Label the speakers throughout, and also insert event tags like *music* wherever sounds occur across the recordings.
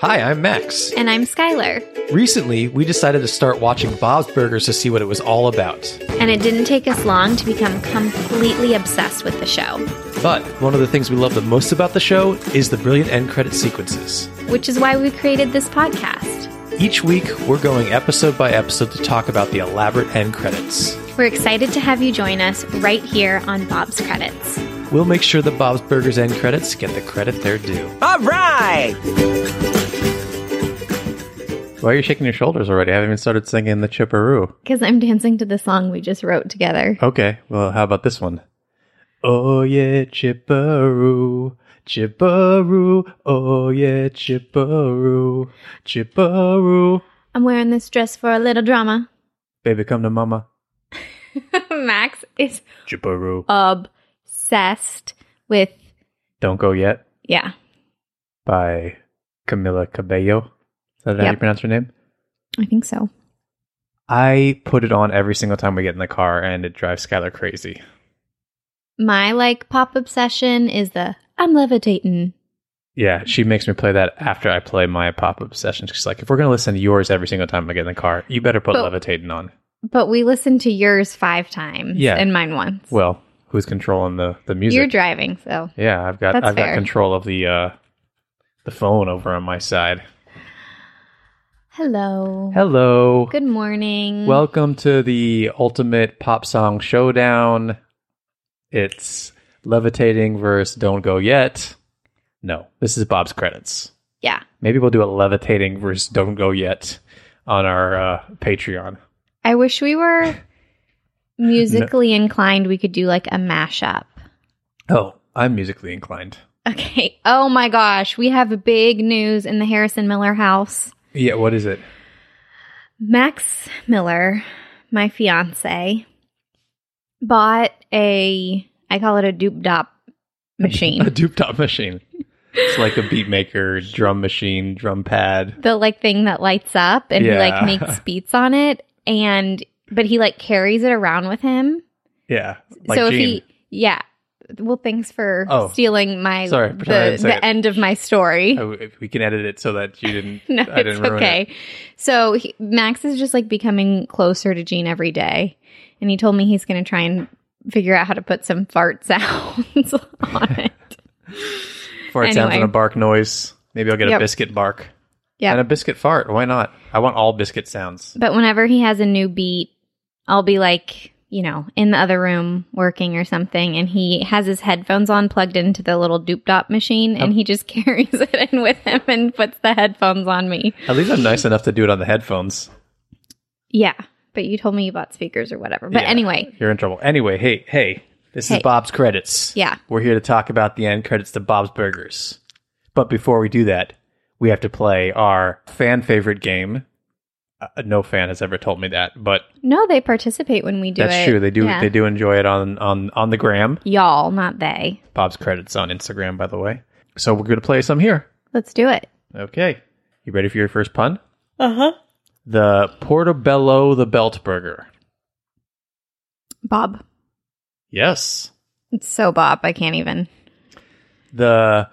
Speaker 1: Hi, I'm Max.
Speaker 2: And I'm Skylar.
Speaker 1: Recently, we decided to start watching Bob's Burgers to see what it was all about.
Speaker 2: And it didn't take us long to become completely obsessed with the show,
Speaker 1: But one of the things we love the most about the show is the brilliant end credit sequences.
Speaker 2: which is why we created this podcast.
Speaker 1: Each week, we're going episode by episode to talk about the elaborate end credits.
Speaker 2: We're excited to have you join us right here on Bob's Credits.
Speaker 1: We'll make sure that Bob's Burgers end credits get the credit they're due.
Speaker 3: All right.
Speaker 4: Why are you shaking your shoulders already? I haven't even started singing the chipperoo.
Speaker 2: Because I'm dancing to the song we just wrote together.
Speaker 4: Okay, well, how about this one? Oh yeah, chipperoo, chipperoo. Oh yeah, chipperoo, chipperoo.
Speaker 2: I'm wearing this dress for a little drama.
Speaker 4: Baby, come to mama.
Speaker 2: *laughs* Max is
Speaker 4: Chipperoo.
Speaker 2: obsessed with,
Speaker 4: Don't go yet
Speaker 2: yeah,
Speaker 4: by Camila Cabello. Is that how you
Speaker 2: Yep.
Speaker 4: pronounce her name?
Speaker 2: I think so.
Speaker 4: I put it on every single time we get in the car, and it drives Skylar crazy.
Speaker 2: My like pop obsession is the I'm levitating.
Speaker 4: Yeah, she makes me play that after I play my pop obsession. She's like, if we're gonna listen to yours every single time I get in the car, you better put
Speaker 2: But-
Speaker 4: levitating on.
Speaker 2: But we listened to yours five times
Speaker 4: Yeah.
Speaker 2: and mine once.
Speaker 4: Well, who's controlling the the music?
Speaker 2: You're driving, so
Speaker 4: yeah, I've got
Speaker 2: That's
Speaker 4: I've
Speaker 2: fair.
Speaker 4: got control of the uh the phone over on my side.
Speaker 2: hello.
Speaker 4: Hello.
Speaker 2: Good morning.
Speaker 4: Welcome to the ultimate pop song showdown. It's levitating versus don't go yet. No, this is Bob's credits.
Speaker 2: yeah.
Speaker 4: Maybe we'll do a levitating versus don't go yet on our uh, Patreon.
Speaker 2: I wish we
Speaker 4: *laughs*
Speaker 2: were musically inclined. We could do like a mashup.
Speaker 4: Oh, I'm musically inclined.
Speaker 2: Okay. Oh my gosh. We have big news in the Harrison Miller house.
Speaker 4: Yeah, what is it?
Speaker 2: Max Miller, my fiance, bought a, I call it a dupe dop
Speaker 4: *laughs* A
Speaker 2: machine.
Speaker 4: dupe top machine. It's like a beat maker, drum machine, drum pad.
Speaker 2: the like thing that lights up and he like
Speaker 4: Yeah. *laughs*
Speaker 2: makes beats on it. And, but he like carries it around with him.
Speaker 4: Yeah, like
Speaker 2: so
Speaker 4: Gene.
Speaker 2: if he, yeah. Well, thanks for
Speaker 4: Oh.
Speaker 2: stealing my
Speaker 4: Sorry,
Speaker 2: the,
Speaker 4: pretend I didn't say
Speaker 2: the
Speaker 4: it.
Speaker 2: end of my story.
Speaker 4: Oh, if we can edit it so that you didn't.
Speaker 2: *laughs* no,
Speaker 4: I didn't
Speaker 2: it's
Speaker 4: ruin
Speaker 2: okay.
Speaker 4: It.
Speaker 2: So he, Max is just like becoming closer to Gene every day, and he told me he's going to try and figure out how to put some fart *laughs* sounds
Speaker 4: *laughs*
Speaker 2: on it.
Speaker 4: Fart sounds and
Speaker 2: Anyway.
Speaker 4: a bark noise. Maybe I'll get
Speaker 2: Yep.
Speaker 4: a biscuit bark.
Speaker 2: Yep.
Speaker 4: And a biscuit fart. Why not? I want all biscuit sounds.
Speaker 2: But whenever he has a new beat, I'll be like, you know, in the other room working or something, and he has his headphones on plugged into the little doop dop machine, and he just *laughs* carries it in with him and puts the headphones on me.
Speaker 4: At least I'm nice enough to do it on the headphones.
Speaker 2: Yeah. But you told me you bought speakers or whatever. But
Speaker 4: Yeah.
Speaker 2: anyway,
Speaker 4: You're in trouble. Anyway, hey, hey, this
Speaker 2: Hey.
Speaker 4: is Bob's credits.
Speaker 2: Yeah.
Speaker 4: We're here to talk about the end credits to Bob's Burgers. But before we do that, we have to play our fan favorite game. Uh, no fan has ever told me that, but
Speaker 2: no, they participate when we do
Speaker 4: that's
Speaker 2: it.
Speaker 4: true. They do
Speaker 2: Yeah.
Speaker 4: they do enjoy it on on on the gram.
Speaker 2: Y'all, not they.
Speaker 4: Bob's credits on Instagram, by the way. So we're going to play some here.
Speaker 2: Let's do it.
Speaker 4: Okay. You ready for your first pun? Uh-huh. The Portobello the Belt Burger.
Speaker 2: Bob.
Speaker 4: Yes.
Speaker 2: It's so Bob. I can't even.
Speaker 4: the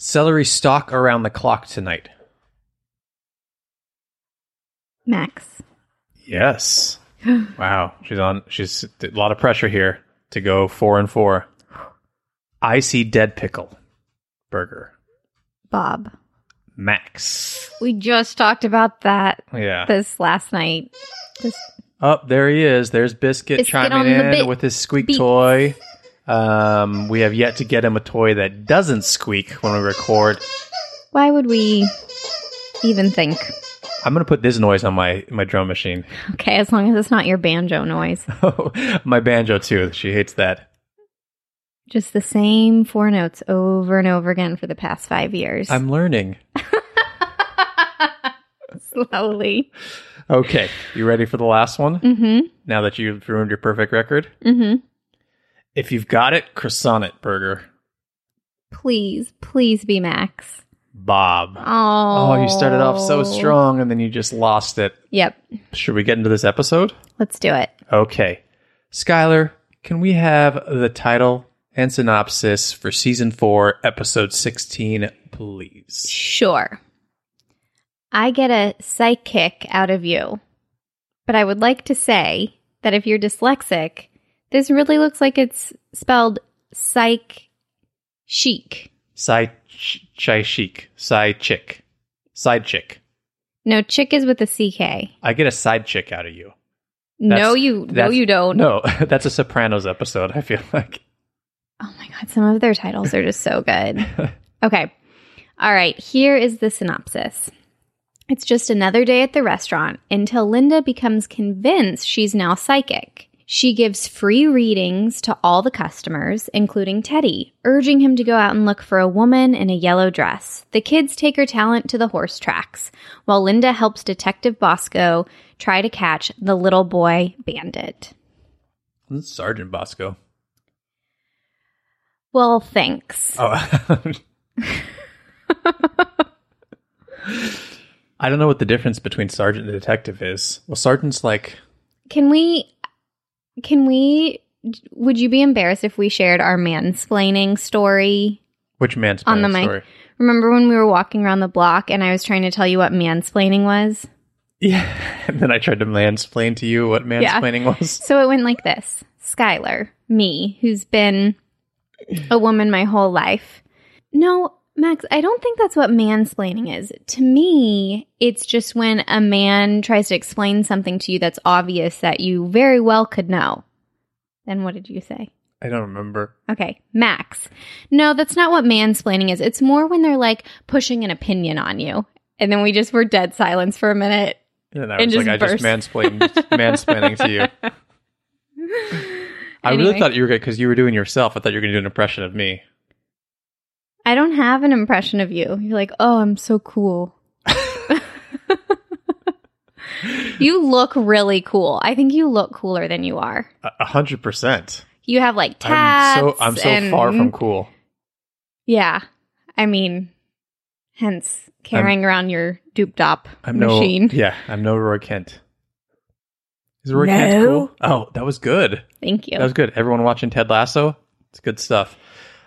Speaker 4: celery stalk around the clock tonight.
Speaker 2: Max. *gasps*
Speaker 4: Yes. wow, she's on. She's a lot of pressure here to go four and four. I see dead pickle. Burger.
Speaker 2: Bob.
Speaker 4: Max.
Speaker 2: We just talked about that
Speaker 4: Yeah.
Speaker 2: this last night. Just
Speaker 4: Up there he is. There's Biscuit,
Speaker 2: Biscuit on
Speaker 4: chiming
Speaker 2: the
Speaker 4: in
Speaker 2: bit-
Speaker 4: with his squeak
Speaker 2: beat.
Speaker 4: toy. Um, we have yet to get him a toy that doesn't squeak when we record.
Speaker 2: why would we even think?
Speaker 4: I'm gonna put this noise on my my drum machine. *laughs*
Speaker 2: Okay, as long as it's not your banjo noise.
Speaker 4: my banjo too. She hates that.
Speaker 2: Just the same four notes over and over again for the past five years.
Speaker 4: I'm learning.
Speaker 2: *laughs* Slowly.
Speaker 4: Okay, you ready for the last one?
Speaker 2: Mm-hmm.
Speaker 4: Now that you've ruined your perfect record,
Speaker 2: Mm-hmm.
Speaker 4: if you've got it, croissant it burger.
Speaker 2: Please, please be Max.
Speaker 4: Bob.
Speaker 2: Oh.
Speaker 4: oh, you started off so strong and then you just lost it.
Speaker 2: Yep.
Speaker 4: Should we get into this episode?
Speaker 2: Let's do it.
Speaker 4: Okay. Skylar, can we have the title and synopsis for season four, episode 16, please?
Speaker 2: Sure. I get a psych kick out of you. But I would like to say that if you're dyslexic, this really looks like it's spelled psych chic.
Speaker 4: Side ch- chai chic. Side chick. Side chick.
Speaker 2: No, chick is with a CK.
Speaker 4: I get a side chick out of you.
Speaker 2: no,
Speaker 4: That's-
Speaker 2: you no
Speaker 4: that's-
Speaker 2: you don't.
Speaker 4: No, *laughs* that's a Sopranos episode, I feel like.
Speaker 2: Oh my god, some of their titles are just so good. Okay. All right, here is the synopsis. It's just another day at the restaurant until Linda becomes convinced she's now psychic. She gives free readings to all the customers, including Teddy, urging him to go out and look for a woman in a yellow dress. The kids take her talent to the horse tracks, while Linda helps Detective Bosco try to catch the little boy bandit.
Speaker 4: That's Sergeant Bosco.
Speaker 2: Well, thanks.
Speaker 4: Oh. I don't know what the difference between sergeant and detective is. Well, sergeant's like,
Speaker 2: Can we? Can we? Would you be embarrassed if we shared our mansplaining story?
Speaker 4: which man's
Speaker 2: On the mic. Remember when we were walking around the block and I was trying to tell you what mansplaining was?
Speaker 4: Yeah. *laughs* And then I tried to mansplain to you what
Speaker 2: Yeah.
Speaker 4: mansplaining was.
Speaker 2: So it went like this Skylar, me, who's been a woman my whole life. No, Max, I don't think that's what mansplaining is. To me, it's just when a man tries to explain something to you that's obvious that you very well could know. Then what did you say?
Speaker 4: I don't remember.
Speaker 2: Okay, Max. No, that's not what mansplaining is. It's more when they're like pushing an opinion on you. And then we just were dead silence for a minute.
Speaker 4: And then I
Speaker 2: It
Speaker 4: was
Speaker 2: just
Speaker 4: like, I just
Speaker 2: burst.
Speaker 4: mansplained mansplaining to
Speaker 2: *laughs*
Speaker 4: you. I really
Speaker 2: Anyway.
Speaker 4: thought you were good because you were doing yourself. I thought you were going to do an impression of me.
Speaker 2: I don't have an impression of you. You're like, oh, I'm so cool. *laughs* you look really cool. I think you look cooler than you are.
Speaker 4: A a hundred percent.
Speaker 2: You have like
Speaker 4: I'm
Speaker 2: tats.
Speaker 4: so I'm so
Speaker 2: and-
Speaker 4: far from cool.
Speaker 2: Yeah, I mean, hence carrying around your dupe dop
Speaker 4: I'm no
Speaker 2: machine.
Speaker 4: yeah. I'm no Roy Kent. Is Roy
Speaker 2: No.
Speaker 4: Kent cool? Oh, that was good.
Speaker 2: Thank you.
Speaker 4: That was good. Everyone watching Ted Lasso, it's good stuff.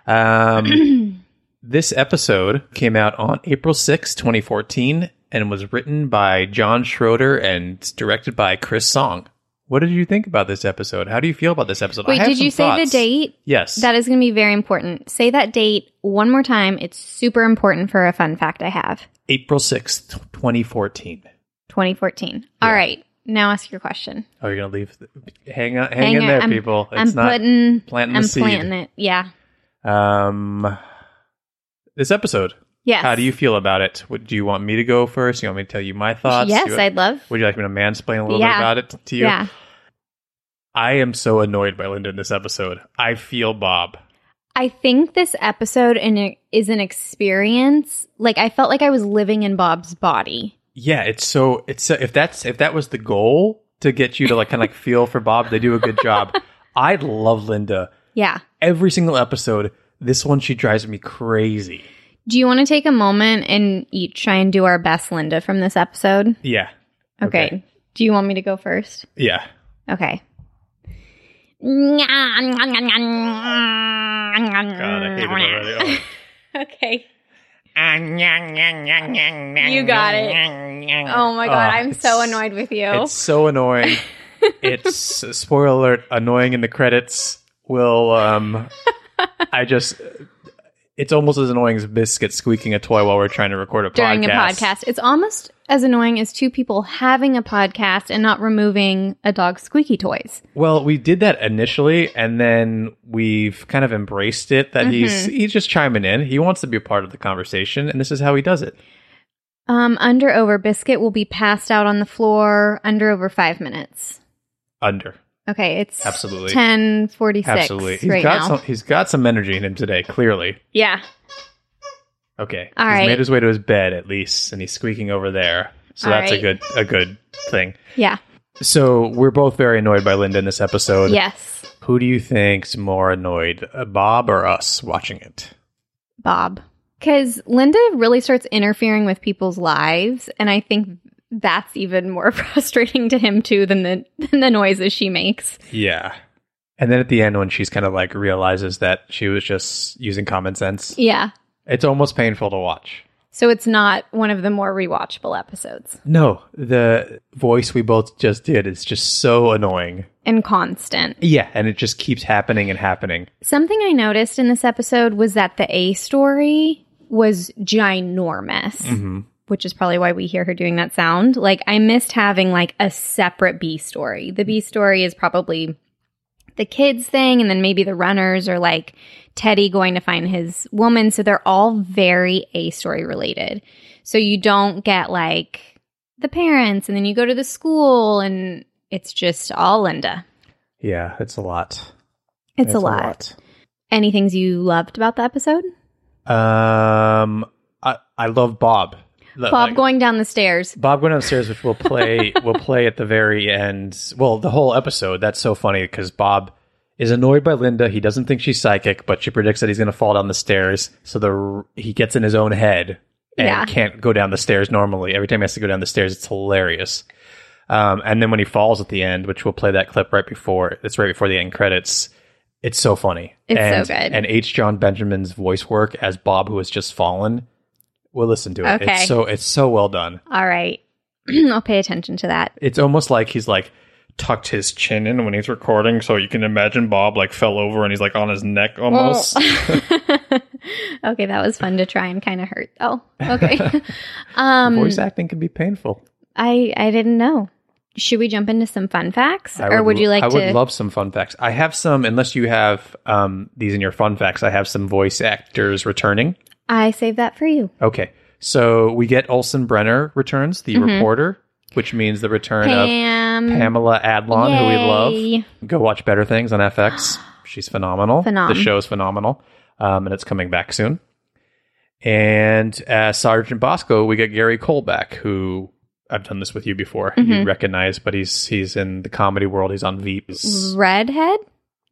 Speaker 4: Um,
Speaker 2: *clears throat*
Speaker 4: this episode came out on April sixth, 2014, and was written by John Schroeder and it's directed by Chris Song. What did you think about this episode? How do you feel about this episode? I
Speaker 2: Wait,
Speaker 4: have
Speaker 2: did
Speaker 4: some
Speaker 2: you say
Speaker 4: thoughts.
Speaker 2: the date?
Speaker 4: Yes.
Speaker 2: That is going to be very important. Say that date one more time. It's super important for a fun fact I have.
Speaker 4: April 6th, 2014.
Speaker 2: 2014. All right. Now ask your question.
Speaker 4: Oh, you're going to leave? The, hang on, hang,
Speaker 2: Hang
Speaker 4: in
Speaker 2: on,
Speaker 4: there,
Speaker 2: I'm-
Speaker 4: people. It's
Speaker 2: I'm
Speaker 4: not.
Speaker 2: putting,
Speaker 4: planting the
Speaker 2: I'm
Speaker 4: seed.
Speaker 2: planting it. Yeah.
Speaker 4: um, this episode.
Speaker 2: Yes.
Speaker 4: How do you feel about it? What, do you want me to go first? You want me to tell you my thoughts?
Speaker 2: Yes,
Speaker 4: You-
Speaker 2: I'd love.
Speaker 4: Would you like me to mansplain a little
Speaker 2: Yeah.
Speaker 4: bit about it to you?
Speaker 2: Yeah.
Speaker 4: I am so annoyed by Linda in this episode. I feel Bob.
Speaker 2: I think this episode in is an experience. Like I felt like I was living in Bob's body.
Speaker 4: Yeah, it's so it's so, if that's if that was the goal to get you to like
Speaker 2: *laughs*
Speaker 4: kind of like feel for Bob, they do a good job. I love Linda.
Speaker 2: Yeah.
Speaker 4: Every single episode, this one she drives me crazy.
Speaker 2: Do you want to take a moment and each try and do our best, Linda, from this episode?
Speaker 4: Yeah.
Speaker 2: okay. Do you want me to go first?
Speaker 4: Yeah.
Speaker 2: Okay.
Speaker 4: God, I hate it already. Oh.
Speaker 2: okay. You got it. Oh my god,
Speaker 4: Ah,
Speaker 2: I'm so
Speaker 4: it's-
Speaker 2: annoyed with you.
Speaker 4: It's so
Speaker 2: *laughs*
Speaker 4: annoying. it's spoiler alert, annoying in the credits. Will um I just it's almost as annoying as biscuit squeaking a toy while we're trying to record a
Speaker 2: during
Speaker 4: podcast.
Speaker 2: a podcast. It's almost as annoying as two people having a podcast and not removing a dog's squeaky toys.
Speaker 4: Well, we did that initially, and then we've kind of embraced it that he's
Speaker 2: Mm-hmm.
Speaker 4: he's just chiming in. He wants to be a part of the conversation, and this is how he does it.
Speaker 2: Um, under over biscuit will be passed out on the floor under over five minutes.
Speaker 4: Under
Speaker 2: Okay, it's
Speaker 4: Absolutely.
Speaker 2: ten forty six
Speaker 4: absolutely, He's
Speaker 2: right
Speaker 4: got
Speaker 2: now.
Speaker 4: some. He's got some energy in him today. Clearly,
Speaker 2: yeah,
Speaker 4: okay.
Speaker 2: All
Speaker 4: he's
Speaker 2: right.
Speaker 4: made his way to his bed at least, and he's squeaking over there. So
Speaker 2: All
Speaker 4: that's a
Speaker 2: right.
Speaker 4: good a good thing.
Speaker 2: yeah,
Speaker 4: So we're both very annoyed by Linda in this episode.
Speaker 2: yes,
Speaker 4: Who do you think's more annoyed, uh, Bob or us watching it?
Speaker 2: Bob. Because Linda really starts interfering with people's lives, and I think that's even more *laughs* frustrating to him too than the than the noises she makes.
Speaker 4: Yeah. And then at the end, when she's kind of like realizes that she was just using common sense,
Speaker 2: Yeah,
Speaker 4: it's almost painful to watch.
Speaker 2: so it's not one of the more rewatchable episodes
Speaker 4: No, the voice we both just did is just so annoying.
Speaker 2: and constant.
Speaker 4: Yeah, and it just keeps happening and happening.
Speaker 2: Something I noticed in this episode was that the A story was ginormous, which is probably why we hear her doing that sound. Like, I missed having like a separate B story. The B story is probably the kids thing, and then maybe the runners or like Teddy going to find his woman. So they're all very A story related. So you don't get like the parents, and then you go to the school, and it's just all Linda.
Speaker 4: Yeah, it's a lot.
Speaker 2: It's, a, lot. Any things you loved about the episode?
Speaker 4: Um, I I love Bob. The-
Speaker 2: Bob
Speaker 4: like-
Speaker 2: going down the stairs.
Speaker 4: Bob went upstairs, which we'll
Speaker 2: *laughs*
Speaker 4: play. we'll play at the very end. Well, the whole episode. That's so funny because Bob is annoyed by Linda. He doesn't think she's psychic, but she predicts that he's going to fall down the stairs. So the he gets in his own head and
Speaker 2: Yeah.
Speaker 4: can't go down the stairs normally. Every time he has to go down the stairs, it's hilarious. Um, and then when he falls at the end, which we'll play that clip right before. It's right before the end credits. It's so funny.
Speaker 2: It's so
Speaker 4: and,
Speaker 2: good.
Speaker 4: And H. John Benjamin's voice work as Bob, who has just fallen. We'll listen to it.
Speaker 2: Okay.
Speaker 4: It's so it's so well done
Speaker 2: All right. *clears throat* I'll pay attention to that.
Speaker 4: it's almost like he's like tucked his chin in when he's recording so you can imagine bob like fell over and he's like on his neck almost
Speaker 2: okay, that was fun to try and kind of hurt. Oh,
Speaker 4: *laughs*
Speaker 2: okay. *laughs* um
Speaker 4: voice acting can be painful
Speaker 2: I I didn't know. Should we jump into some fun facts or would you like
Speaker 4: i
Speaker 2: to
Speaker 4: would love some fun facts i have some unless you have um, these in your fun facts i have some voice actors returning
Speaker 2: I save that for you.
Speaker 4: okay so we get olson brenner returns the reporter which means the return
Speaker 2: Mm-hmm. Pam.
Speaker 4: of pamela adlon who we
Speaker 2: Yay.
Speaker 4: love go watch better things on
Speaker 2: *gasps*
Speaker 4: fx she's phenomenal
Speaker 2: Phenom.
Speaker 4: the show's phenomenal um, and it's coming back soon And uh, Sergeant Bosco, we get Gary Cole back, who I've done this with you before.
Speaker 2: Mm-hmm.
Speaker 4: You recognize, but he's he's in the comedy world. He's on Veeps.
Speaker 2: Redhead?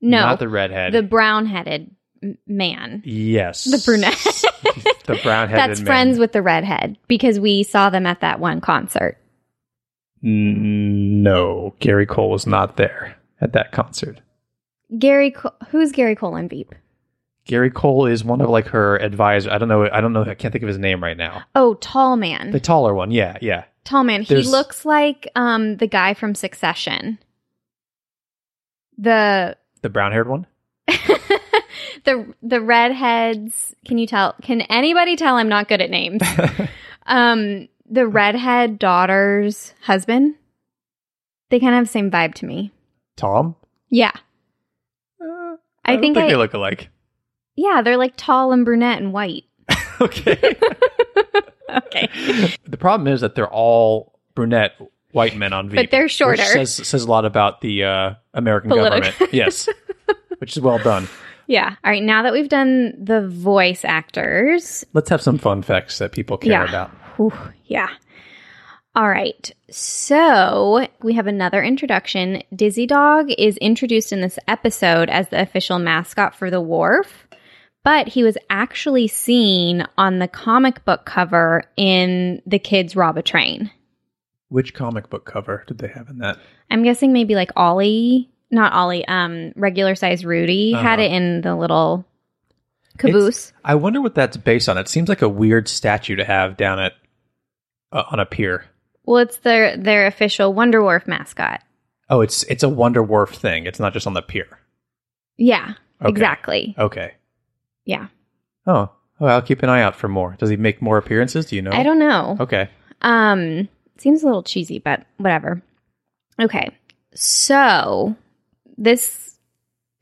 Speaker 2: No.
Speaker 4: not the
Speaker 2: the
Speaker 4: redhead.
Speaker 2: brown-headed m- man.
Speaker 4: yes,
Speaker 2: The brunette.
Speaker 4: *laughs* the brown-headed.
Speaker 2: That's friends with the redhead because we saw them at that one concert.
Speaker 4: No, Gary Cole was not there at that concert.
Speaker 2: Gary, Co- who's Gary Cole and Veep?
Speaker 4: Gary Cole is one of like her advisor. I don't know. I don't know. I can't think of his name right now.
Speaker 2: Oh, tall man.
Speaker 4: The taller one. Yeah, yeah.
Speaker 2: tall man. He
Speaker 4: there's-
Speaker 2: looks like um the guy from Succession. The *laughs*
Speaker 4: The brown-haired one.
Speaker 2: the the redheads. Can you tell? Can anybody tell? I'm not good
Speaker 4: *laughs*
Speaker 2: at names. um, the redhead daughter's husband. They kind of have the same vibe to me.
Speaker 4: Tom.
Speaker 2: Yeah, I,
Speaker 4: Uh, don't
Speaker 2: think, I,
Speaker 4: they look alike. *laughs*
Speaker 2: yeah, they're like tall and brunette and white.
Speaker 4: okay.
Speaker 2: *laughs* Okay,
Speaker 4: The problem is that they're all brunette white men on Veep.
Speaker 2: But they're shorter.
Speaker 4: Which says, says a lot about the uh, American
Speaker 2: Political.
Speaker 4: government. Yes.
Speaker 2: *laughs*
Speaker 4: which is well done.
Speaker 2: yeah. All right, now that we've done the voice actors,
Speaker 4: Let's have some fun facts that people care
Speaker 2: Yeah.
Speaker 4: about.
Speaker 2: Whew, yeah. All right. So we have another introduction. Dizzy Dog is introduced in this episode as the official mascot for the wharf, but he was actually seen on the comic book cover in The Kids Rob a Train.
Speaker 4: Which comic book cover did they have in that?
Speaker 2: I'm guessing maybe like Ollie, not Ollie, um, regular size Rudy had it in the little caboose.
Speaker 4: Uh-huh. It's- I wonder what that's based on. It seems like a weird statue to have down at uh, on a pier.
Speaker 2: well, it's their their official Wonder Wharf mascot.
Speaker 4: Oh, it's it's a Wonder Wharf thing. It's not just on the pier.
Speaker 2: Yeah,
Speaker 4: Okay. Uh,
Speaker 2: exactly.
Speaker 4: Okay.
Speaker 2: Yeah.
Speaker 4: Oh, Oh, I'll keep an eye out for more. Does he make more appearances? Do you know?
Speaker 2: I don't know.
Speaker 4: Okay.
Speaker 2: Um, seems a little cheesy, but whatever. Okay. So this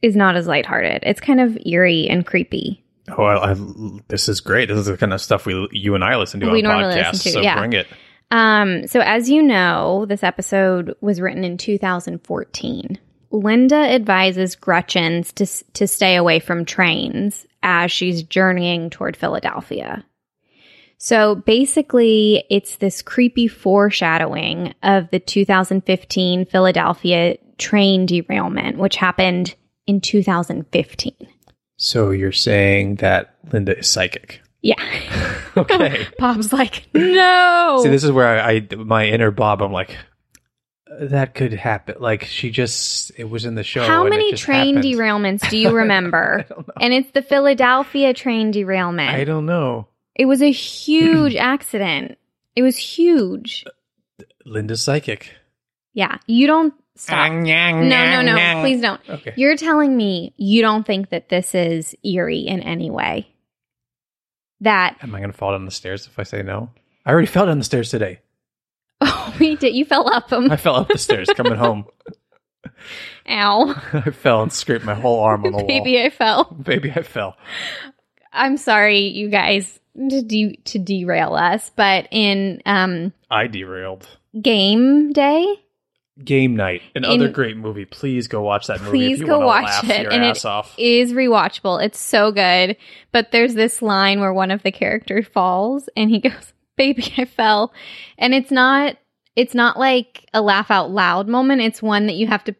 Speaker 2: is not as lighthearted. It's kind of eerie and creepy.
Speaker 4: Oh, I, I, this is great. This is the kind of stuff we you and I listen to
Speaker 2: We
Speaker 4: on
Speaker 2: normally
Speaker 4: podcasts.
Speaker 2: listen to,
Speaker 4: so
Speaker 2: yeah.
Speaker 4: bring it.
Speaker 2: Um, so as you know, this episode was written in 2014. Linda advises Gretchen's to s- to stay away from trains as she's journeying toward Philadelphia. So basically, it's this creepy foreshadowing of the 2015 Philadelphia train derailment, which happened in 2015.
Speaker 4: So you're saying that Linda is psychic?
Speaker 2: Yeah.
Speaker 4: *laughs*
Speaker 2: *laughs*
Speaker 4: Okay.
Speaker 2: Bob's like, no.
Speaker 4: *laughs* See, this is where I, I my inner Bob. I'm like, that could happen. Like she just it was in the show.
Speaker 2: How
Speaker 4: and it
Speaker 2: many
Speaker 4: just
Speaker 2: train
Speaker 4: happened. *laughs*
Speaker 2: derailments do you remember? and it's the Philadelphia train derailment.
Speaker 4: I don't know.
Speaker 2: it was a huge accident. It was huge.
Speaker 4: Linda's psychic.
Speaker 2: Yeah. You don't stop. no, no, no. Please don't.
Speaker 4: Okay.
Speaker 2: You're telling me you don't think that this is eerie in any way. That *laughs*
Speaker 4: Am I gonna fall down the stairs if I say no? I already *laughs* fell down the stairs today.
Speaker 2: oh, we did. You fell up um, them.
Speaker 4: I *laughs* fell up the stairs coming home.
Speaker 2: Ow,
Speaker 4: *laughs* I fell and scraped my whole arm on the
Speaker 2: baby, I fell.
Speaker 4: wall. Baby, I fell.
Speaker 2: I'm sorry, you guys, to de- to derail us, but in um
Speaker 4: I derailed.
Speaker 2: game day,
Speaker 4: Game night, another
Speaker 2: In-
Speaker 4: great movie. Please go watch that movie. if
Speaker 2: Please
Speaker 4: you
Speaker 2: go
Speaker 4: wanna
Speaker 2: watch
Speaker 4: laugh
Speaker 2: it.
Speaker 4: Your
Speaker 2: And
Speaker 4: ass
Speaker 2: it
Speaker 4: off.
Speaker 2: is rewatchable. It's so good. But there's this line where one of the characters falls and he *laughs* goes, "Baby, I fell." And it's not it's not like a laugh out loud moment. It's one that you have to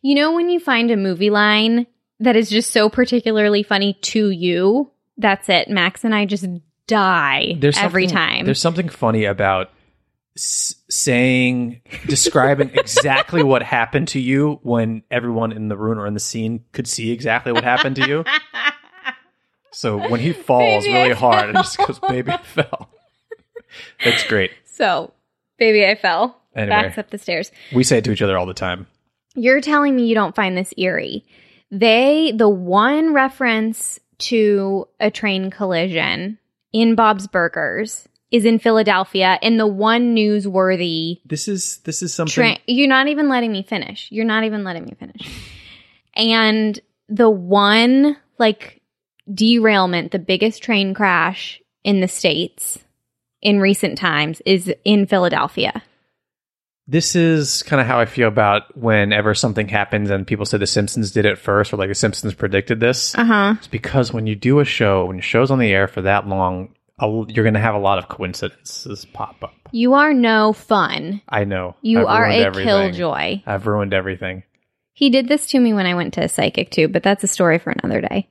Speaker 2: You know when you find a movie line that is just so particularly funny to you? That's it. Max and I just die every
Speaker 4: something-
Speaker 2: time.
Speaker 4: There's something funny about s- saying, describing exactly what happened to you when everyone in the room or in the scene could see exactly what happened to
Speaker 2: *laughs*
Speaker 4: you. So when he falls
Speaker 2: Baby, I
Speaker 4: really hard and just
Speaker 2: fell.
Speaker 4: goes, "Baby, I fell." *laughs* That's great.
Speaker 2: so, baby, I fell.
Speaker 4: Anyway.
Speaker 2: Backs up the stairs.
Speaker 4: We say it to each other all the time.
Speaker 2: You're telling me you don't find this eerie. They, the one reference to a train collision in Bob's Burgers is in Philadelphia, and the one newsworthy
Speaker 4: This is this is something.
Speaker 2: train. You're not even letting me finish. You're not even letting me finish. And the one, like, derailment, the biggest train crash in the States in recent times is in Philadelphia.
Speaker 4: this is kind of how I feel about whenever something happens and people say The Simpsons did it first or like The Simpsons predicted this.
Speaker 2: Uh huh.
Speaker 4: It's because when you do a show, when your show's on the air for that long, a l- you're going to have a lot of coincidences pop up.
Speaker 2: You are no fun.
Speaker 4: I know.
Speaker 2: You
Speaker 4: I've
Speaker 2: are
Speaker 4: ruined
Speaker 2: a
Speaker 4: everything.
Speaker 2: killjoy.
Speaker 4: I've ruined everything.
Speaker 2: He did this to me when I went to a psychic too, but that's a story for another day.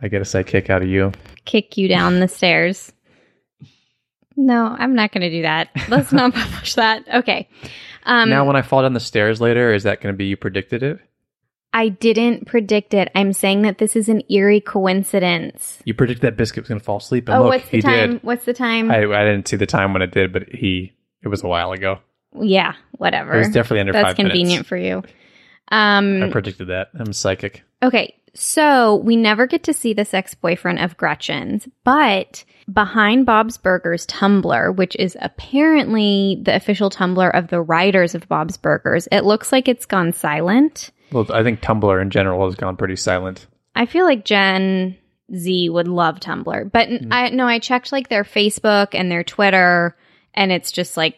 Speaker 4: I get a sidekick out of you.
Speaker 2: Kick you down
Speaker 4: *laughs*
Speaker 2: the stairs. No, I'm not going to do that.
Speaker 4: *laughs*
Speaker 2: Let's not publish that. Okay. Um,
Speaker 4: now, when I fall down the stairs later, is that going to be you predicted it?
Speaker 2: I didn't predict it. I'm saying that this is an eerie coincidence.
Speaker 4: You predicted that Biscuit was going to fall asleep, and
Speaker 2: Oh,
Speaker 4: look,
Speaker 2: what's the
Speaker 4: he
Speaker 2: time?
Speaker 4: did.
Speaker 2: What's the time?
Speaker 4: I, I didn't see the time when it did, but he it was a while ago.
Speaker 2: yeah, whatever.
Speaker 4: It was definitely under
Speaker 2: that's
Speaker 4: five
Speaker 2: convenient
Speaker 4: minutes.
Speaker 2: for you. Um,
Speaker 4: I predicted that. I'm psychic.
Speaker 2: Okay, so we never get to see this ex boyfriend of Gretchen's, but behind Bob's Burgers Tumblr, which is apparently the official Tumblr of the writers of Bob's Burgers, it looks like it's gone silent.
Speaker 4: Well, I think Tumblr in general has gone pretty silent.
Speaker 2: I feel like Gen Z would love Tumblr, but n- I no, I checked like their Facebook and their Twitter, and it's just like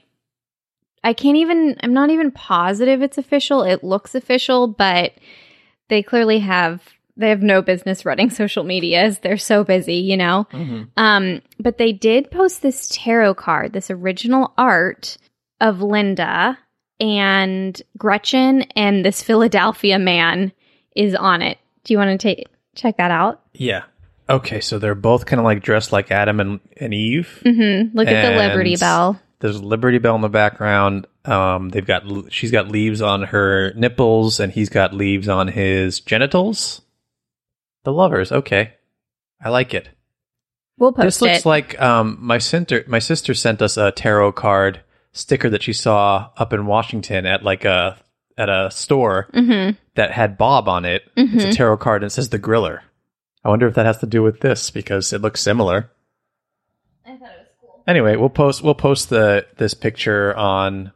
Speaker 2: I can't even. I'm not even positive it's official. It looks official, but they clearly have they have no business running *laughs* social medias. They're so busy, you know. Um, but they did post this tarot card, this original art of Linda and Gretchen, and this Philadelphia man is on it. Do you want to take check that out?
Speaker 4: Yeah. Okay, so they're both kind of like dressed like Adam and, and Eve.
Speaker 2: Mm-hmm. Look at the Liberty
Speaker 4: And-
Speaker 2: Bell.
Speaker 4: There's a Liberty Bell in the background. Um, they've got l- she's got leaves on her nipples, and he's got leaves on his genitals. The lovers, okay, I like it.
Speaker 2: We'll post
Speaker 4: this looks
Speaker 2: it.
Speaker 4: like um, my sister. My sister sent us a tarot card sticker that she saw up in Washington at like a at a store
Speaker 2: mm-hmm.
Speaker 4: that had Bob on it. It's a tarot card and it says the Griller. I wonder if that has to do with this because it looks similar.
Speaker 2: I thought it was cool.
Speaker 4: Anyway, we'll post we'll post the this picture on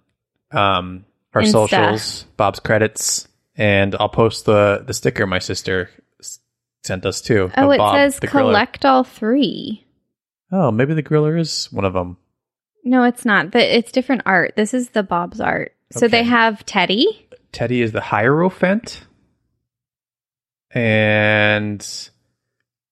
Speaker 4: um, our
Speaker 2: Insta.
Speaker 4: socials, Bob's credits, and I'll post the the sticker my sister s- sent us too.
Speaker 2: Oh,
Speaker 4: of
Speaker 2: it
Speaker 4: Bob,
Speaker 2: says
Speaker 4: the griller.
Speaker 2: collect all three.
Speaker 4: Oh, maybe the griller is one of them.
Speaker 2: No, it's not. The, it's different art. This is the Bob's art. So they
Speaker 4: Okay.
Speaker 2: have Teddy.
Speaker 4: Teddy is the Hierophant, and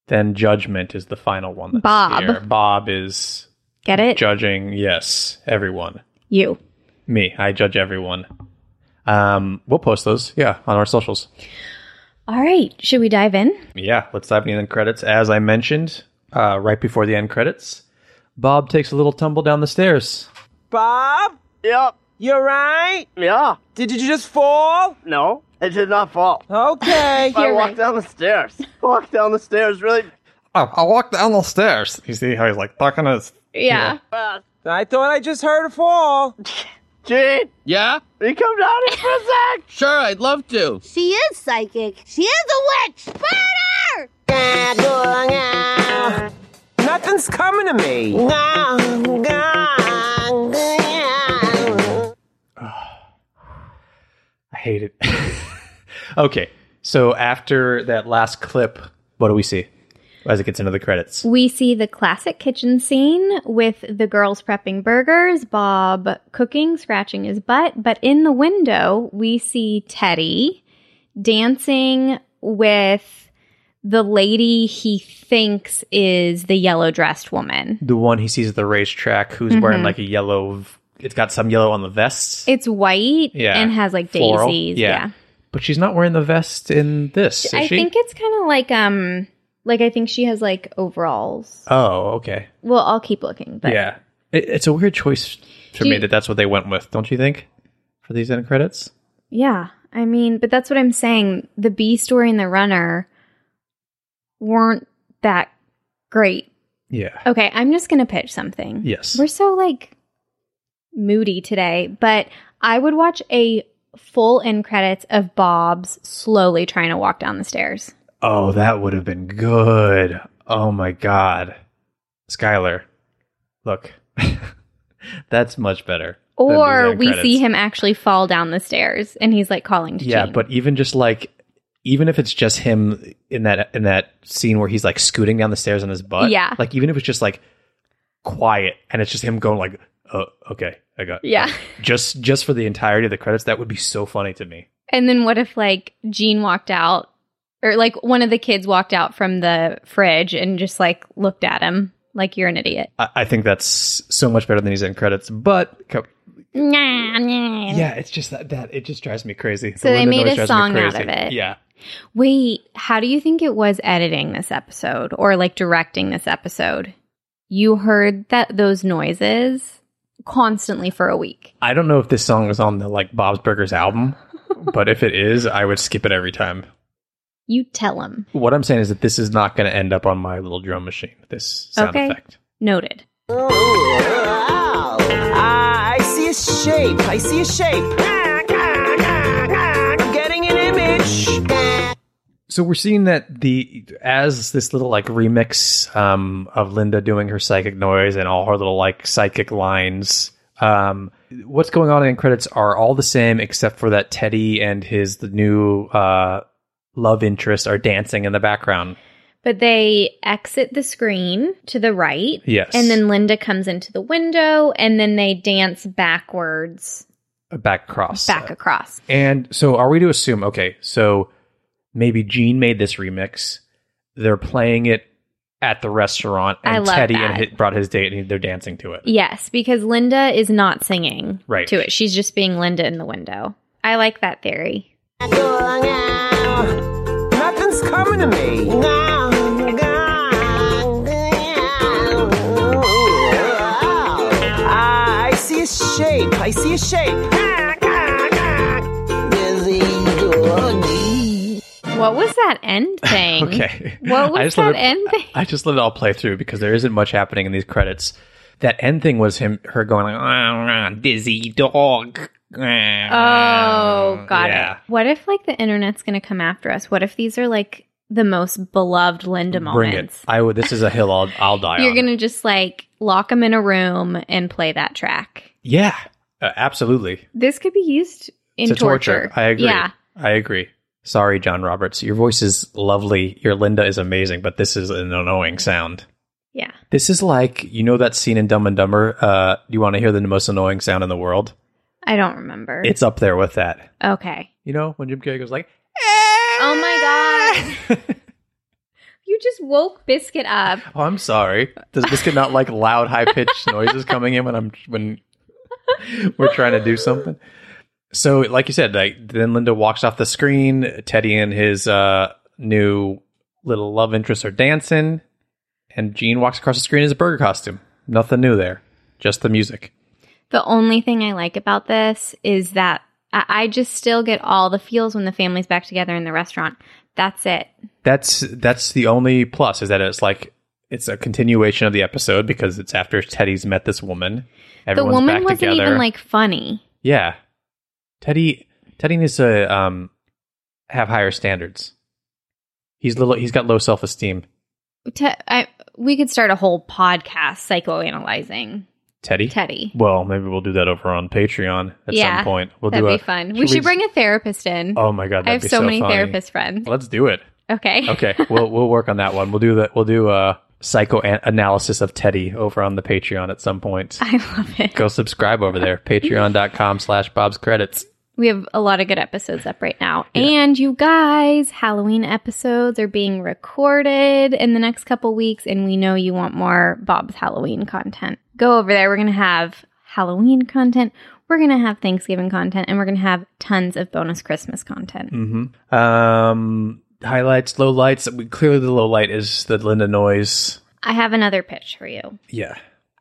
Speaker 4: then Judgment is the final one. that's
Speaker 2: Bob.
Speaker 4: here. Bob is
Speaker 2: Get it?
Speaker 4: judging. Yes, everyone.
Speaker 2: you.
Speaker 4: Me, I judge everyone. Um, we'll post those. Yeah, on our socials.
Speaker 2: All right. Should we dive in?
Speaker 4: Yeah, let's dive into the end credits. As I mentioned, uh, right before the end credits, Bob takes a little tumble down the stairs.
Speaker 3: Bob?
Speaker 5: Yep.
Speaker 3: You're right.
Speaker 5: Yeah.
Speaker 3: Did you just fall?
Speaker 5: No, it did not fall.
Speaker 3: Okay.
Speaker 5: I walked down the stairs. Walked down the stairs really
Speaker 4: Oh, I walked down the stairs. You see how he's like talking to his.
Speaker 2: Yeah.
Speaker 5: fast.
Speaker 3: I thought I just heard a fall.
Speaker 5: Gene,
Speaker 6: Yeah?
Speaker 5: will you come down here for a sec?
Speaker 6: Sure, I'd love to.
Speaker 7: She is psychic. She is a witch. Spider!
Speaker 3: Nothing's coming to me.
Speaker 4: I hate it. *laughs* okay, so after that last clip, what do we see as it gets into the credits?
Speaker 2: We see the classic kitchen scene with the girls prepping burgers, Bob cooking, scratching his butt. But in the window, we see Teddy dancing with the lady he thinks is the yellow dressed woman.
Speaker 4: The one he sees at the racetrack, who's
Speaker 2: Mm-hmm.
Speaker 4: wearing like a yellow. v- It's got some yellow on the vest.
Speaker 2: It's white
Speaker 4: Yeah.
Speaker 2: and has like
Speaker 4: Floral.
Speaker 2: daisies.
Speaker 4: Yeah.
Speaker 2: yeah.
Speaker 4: but she's not wearing the vest in this, is
Speaker 2: I
Speaker 4: she?
Speaker 2: think it's kind of like um like I think she has like overalls.
Speaker 4: oh, okay.
Speaker 2: Well, I'll keep looking, but
Speaker 4: yeah, it, it's a weird choice for
Speaker 2: Do
Speaker 4: me
Speaker 2: you-
Speaker 4: that that's what they went with, don't you think? For these end credits,
Speaker 2: yeah. I mean, but that's what I'm saying. The B story and the runner weren't that great.
Speaker 4: yeah,
Speaker 2: Okay, I'm just gonna pitch something.
Speaker 4: yes,
Speaker 2: We're so like moody today, but I would watch a full end credits of Bob's slowly trying to walk down the stairs.
Speaker 4: Oh, that would have been good. Oh my god. Skylar, look. *laughs* That's much better. than these
Speaker 2: Or
Speaker 4: end
Speaker 2: we see
Speaker 4: credits.
Speaker 2: him actually fall down the stairs and he's like calling to
Speaker 4: Yeah,
Speaker 2: Jean.
Speaker 4: but even just like even if it's just him in that in that scene where he's like scooting down the stairs on his butt.
Speaker 2: Yeah.
Speaker 4: Like even if it's just like quiet and it's just him going like, "Oh, okay. I got."
Speaker 2: yeah.
Speaker 4: Just just for the entirety of the credits, that would be so funny to me.
Speaker 2: And then what if like Jean walked out or like one of the kids walked out from the fridge and just like looked at him like you're an idiot.
Speaker 4: I, I think that's so much better than these end credits, but co- yeah, it's just that, that it just drives me crazy.
Speaker 2: So they
Speaker 4: Linda
Speaker 2: made
Speaker 4: noise
Speaker 2: a
Speaker 4: drives me
Speaker 2: song out
Speaker 4: crazy.
Speaker 2: of it.
Speaker 4: Yeah.
Speaker 2: Wait, how do you think it was editing this episode or like directing this episode? You heard that those noises constantly for a week.
Speaker 4: I don't know if this song is on the like Bob's Burgers
Speaker 2: *laughs*
Speaker 4: album, but if it is, I would skip it every time.
Speaker 2: You tell him.
Speaker 4: What I'm saying is that this is not going to end up on my little drum machine. This sound
Speaker 2: Okay.
Speaker 4: effect.
Speaker 2: Noted.
Speaker 3: I see a shape. I see a shape. I'm getting an image.
Speaker 4: So we're seeing that the as this little like remix um, of Linda doing her psychic noise and all her little like psychic lines. Um, what's going on in credits are all the same except for that Teddy and his the new uh, love interest are dancing in the background.
Speaker 2: But they exit the screen to the right.
Speaker 4: Yes,
Speaker 2: And then Linda comes into the window and then they dance backwards
Speaker 4: back cross
Speaker 2: back across.
Speaker 4: uh, And so are we to assume, okay, so maybe Gene made this remix. They're playing it at the restaurant and
Speaker 2: I love
Speaker 4: Teddy
Speaker 2: that. E
Speaker 4: and hit, brought his date and they're dancing to it.
Speaker 2: Yes, because Linda is not singing
Speaker 4: Right.
Speaker 2: to it. She's just being Linda in the window. I like that theory.
Speaker 3: Nothing's coming to me. Oh, I see a shape. I see a shape.
Speaker 2: What was that
Speaker 4: *laughs*
Speaker 2: end thing?
Speaker 4: Okay.
Speaker 2: What
Speaker 4: *laughs*
Speaker 2: was
Speaker 4: I just
Speaker 2: that
Speaker 4: let it-
Speaker 2: end
Speaker 4: *laughs*
Speaker 2: thing?
Speaker 4: I just let it all play through because there isn't much happening in these credits. That end thing was him her going like "Ah, ah, dizzy dog. Ah,
Speaker 2: Oh, got
Speaker 4: Yeah.
Speaker 2: Oh, it. What if like the internet's going to come after us? What if these are like the most beloved Linda
Speaker 4: Bring
Speaker 2: moments.
Speaker 4: it. I would. This is a hill I'll, I'll die
Speaker 2: You're
Speaker 4: on.
Speaker 2: going to just like lock them in a room and play that track.
Speaker 4: yeah, uh, absolutely.
Speaker 2: This could be used in
Speaker 4: to
Speaker 2: torture.
Speaker 4: I agree.
Speaker 2: Yeah.
Speaker 4: I agree. Sorry, John Roberts. Your voice is lovely. Your Linda is amazing, but this is an annoying sound.
Speaker 2: Yeah.
Speaker 4: This is like you know that scene in Dumb and Dumber. Uh, you want to hear the most annoying sound in the world?
Speaker 2: I don't remember.
Speaker 4: It's up there with that.
Speaker 2: okay.
Speaker 4: You know when Jim Carrey goes like,
Speaker 2: Oh my god.
Speaker 4: "Oh,
Speaker 2: *laughs* You just woke Biscuit up.
Speaker 4: I'm sorry." Does Biscuit not like loud, high
Speaker 2: *laughs*
Speaker 4: pitched noises coming in when I'm when we're trying to do something? So, like you said, like then Linda walks off the screen. Teddy and his uh, new little love interest are dancing, and Gene walks across the screen in his burger costume. Nothing new there, just the music.
Speaker 2: The only thing I like about this is that I, I just still get all the feels when the family's back together in the restaurant. That's it.
Speaker 4: That's that's the only plus is that it's like it's a continuation of the episode because it's after Teddy's met this woman. Everyone's
Speaker 2: the woman
Speaker 4: back
Speaker 2: wasn't
Speaker 4: together.
Speaker 2: even like funny.
Speaker 4: yeah, Teddy Teddy needs to um, have higher standards. He's little. He's got low self esteem.
Speaker 2: Te- I, we could start a whole podcast psychoanalyzing
Speaker 4: Teddy.
Speaker 2: Teddy.
Speaker 4: Well, maybe we'll do that over on Patreon at
Speaker 2: Yeah,
Speaker 4: some point. We'll
Speaker 2: that'd
Speaker 4: do
Speaker 2: be
Speaker 4: a,
Speaker 2: fun. We should bring a therapist in.
Speaker 4: Oh my god, that'd
Speaker 2: I have
Speaker 4: be
Speaker 2: so, many
Speaker 4: funny.
Speaker 2: therapist friends.
Speaker 4: Let's do it.
Speaker 2: Okay. *laughs*
Speaker 4: Okay, we'll we'll work on that one. We'll do that. We'll do a psychoanalysis of Teddy over on the Patreon at some
Speaker 2: *laughs*
Speaker 4: point.
Speaker 2: I love it.
Speaker 4: go subscribe over there patreon.com slash bob's credits
Speaker 2: We have a lot of good episodes up right now. And you guys, Halloween episodes are being recorded in the next couple weeks, and we know you want more Bob's Halloween content. Go over there. We're going to have Halloween content, we're going to have Thanksgiving content, and we're going to have tons of bonus Christmas content.
Speaker 4: mm-hmm. um highlights low lights clearly the low light is the linda noise
Speaker 2: I have another pitch for you.
Speaker 4: yeah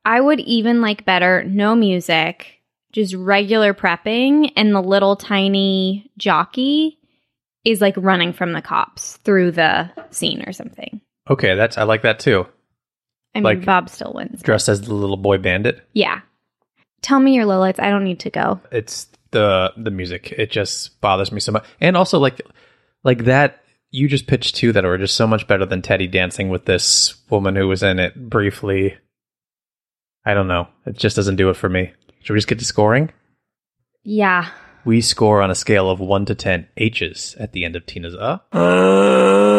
Speaker 2: I would even like better no music, just regular prepping, and the little tiny jockey is like running from the cops through the scene or something.
Speaker 4: okay that's i like that too
Speaker 2: I mean,
Speaker 4: Like-
Speaker 2: Bob still wins.
Speaker 4: dressed as the little boy bandit
Speaker 2: Yeah. Tell me your lowlights. I don't need to go.
Speaker 4: it's the the music it just bothers me so much and also like like that you just pitched two that were just so much better than teddy dancing with this woman who was in it briefly i don't know it just doesn't do it for me should we just get to scoring
Speaker 2: Yeah.
Speaker 4: We score on a scale of 1 to 10 H's at the end of Tina's uh.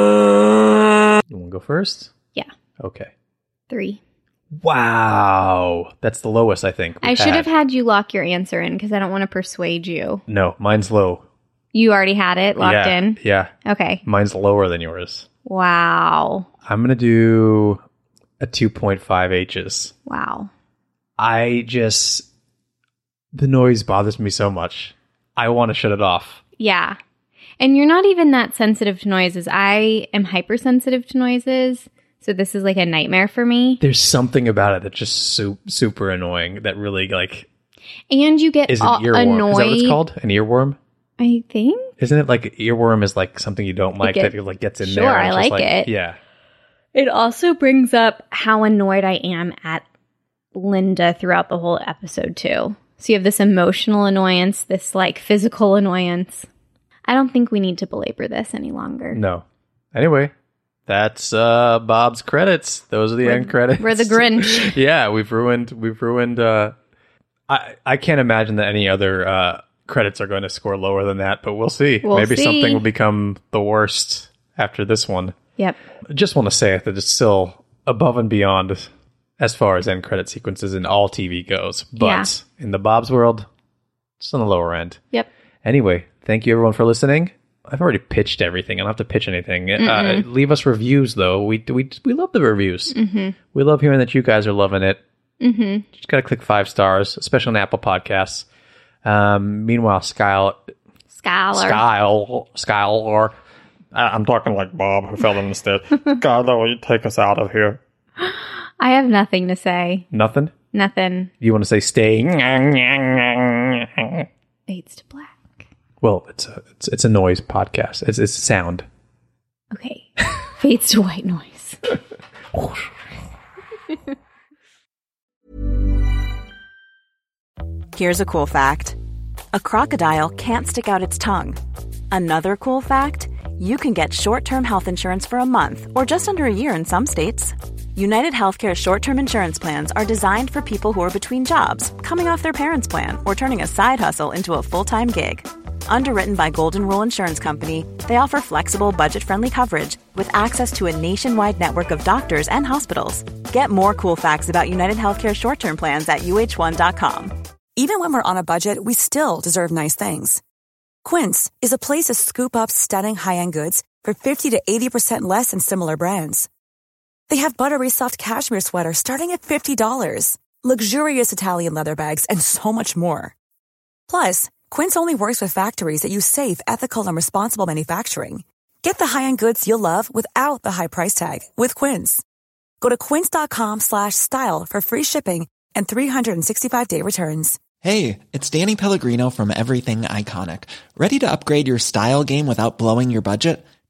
Speaker 4: You want to go first?
Speaker 2: Yeah.
Speaker 4: Okay.
Speaker 2: Three.
Speaker 4: Wow. That's the lowest, I think.
Speaker 2: I
Speaker 4: we've
Speaker 2: should have had you lock your answer in because I don't want to persuade you.
Speaker 4: No, mine's low.
Speaker 2: You already had it locked
Speaker 4: yeah,
Speaker 2: in.
Speaker 4: Yeah.
Speaker 2: Okay.
Speaker 4: Mine's lower than yours.
Speaker 2: Wow.
Speaker 4: I'm going to do a 2.5 H's.
Speaker 2: Wow.
Speaker 4: I just. The noise bothers me so much. I want to shut it off.
Speaker 2: Yeah. And you're not even that sensitive to noises. I am hypersensitive to noises. So this is like a nightmare for me.
Speaker 4: There's something about it that's just su- super annoying that really, like,
Speaker 2: And you get
Speaker 4: is an
Speaker 2: all
Speaker 4: earworm.
Speaker 2: Uh, annoyed.
Speaker 4: Is that what it's called? An earworm?
Speaker 2: I think
Speaker 4: Isn't it like earworm is like something you don't like
Speaker 2: get-
Speaker 4: that like gets in
Speaker 2: Sure,
Speaker 4: there?
Speaker 2: I
Speaker 4: and just,
Speaker 2: like it.
Speaker 4: Yeah,
Speaker 2: it also brings up how annoyed I am at Linda throughout the whole episode too. So you have this emotional annoyance, this like physical annoyance. I don't think we need to belabor this any longer.
Speaker 4: no. Anyway, that's uh, Bob's credits. Those are the end credits.
Speaker 2: We're the Grinch.
Speaker 4: *laughs* yeah, we've ruined. We've ruined. Uh, I I can't imagine that any other uh, credits are going to score lower than that, but we'll see.
Speaker 2: We'll
Speaker 4: Maybe
Speaker 2: see.
Speaker 4: something will become the worst after this one.
Speaker 2: yep.
Speaker 4: I just want to say that it's still above and beyond as far as end credit sequences in all TV goes, but in the Bob's world, it's on the lower end.
Speaker 2: Yep.
Speaker 4: Anyway, thank you everyone for listening. I've already pitched everything. I don't have to pitch anything. Uh, leave us reviews though. We we we love the reviews. Mm-hmm. We love hearing that you guys are loving it. Mm-hmm. Just gotta click five stars, especially on Apple Podcasts. Um, meanwhile, Skyle,
Speaker 2: Scholar.
Speaker 4: Skyle, Skyle, or I- I'm talking like Bob who fell in the step.
Speaker 6: Skylar, will you take us out of here?
Speaker 2: I have nothing to say.
Speaker 4: Nothing.
Speaker 2: Nothing.
Speaker 4: You want to say stay? *laughs*
Speaker 2: Fades to black.
Speaker 4: Well, it's a it's, it's a noise podcast. It's it's sound.
Speaker 2: Okay. Fades to white noise.
Speaker 8: Here's a cool fact a crocodile can't stick out its tongue. Another cool fact you can get short-term health insurance for a month or just under a year in some states. United Healthcare short-term insurance plans are designed for people who are between jobs, coming off their parents' plan, or turning a side hustle into a full-time gig. Underwritten by Golden Rule Insurance Company, they offer flexible, budget-friendly coverage with access to a nationwide network of doctors and hospitals. Get more cool facts about United Healthcare short-term plans at uh1.com.
Speaker 9: Even when we're on a budget, we still deserve nice things. Quince is a place to scoop up stunning high-end goods for 50 to 80% less than similar brands. They have buttery soft cashmere sweaters starting at $50, luxurious Italian leather bags, and so much more. Plus, Quince only works with factories that use safe, ethical, and responsible manufacturing. Get the high-end goods you'll love without the high price tag with Quince. Go to quince.com slash style for free shipping and 365-day returns.
Speaker 10: Hey, it's Danny Pellegrino from Everything Iconic. Ready to upgrade your style game without blowing your budget?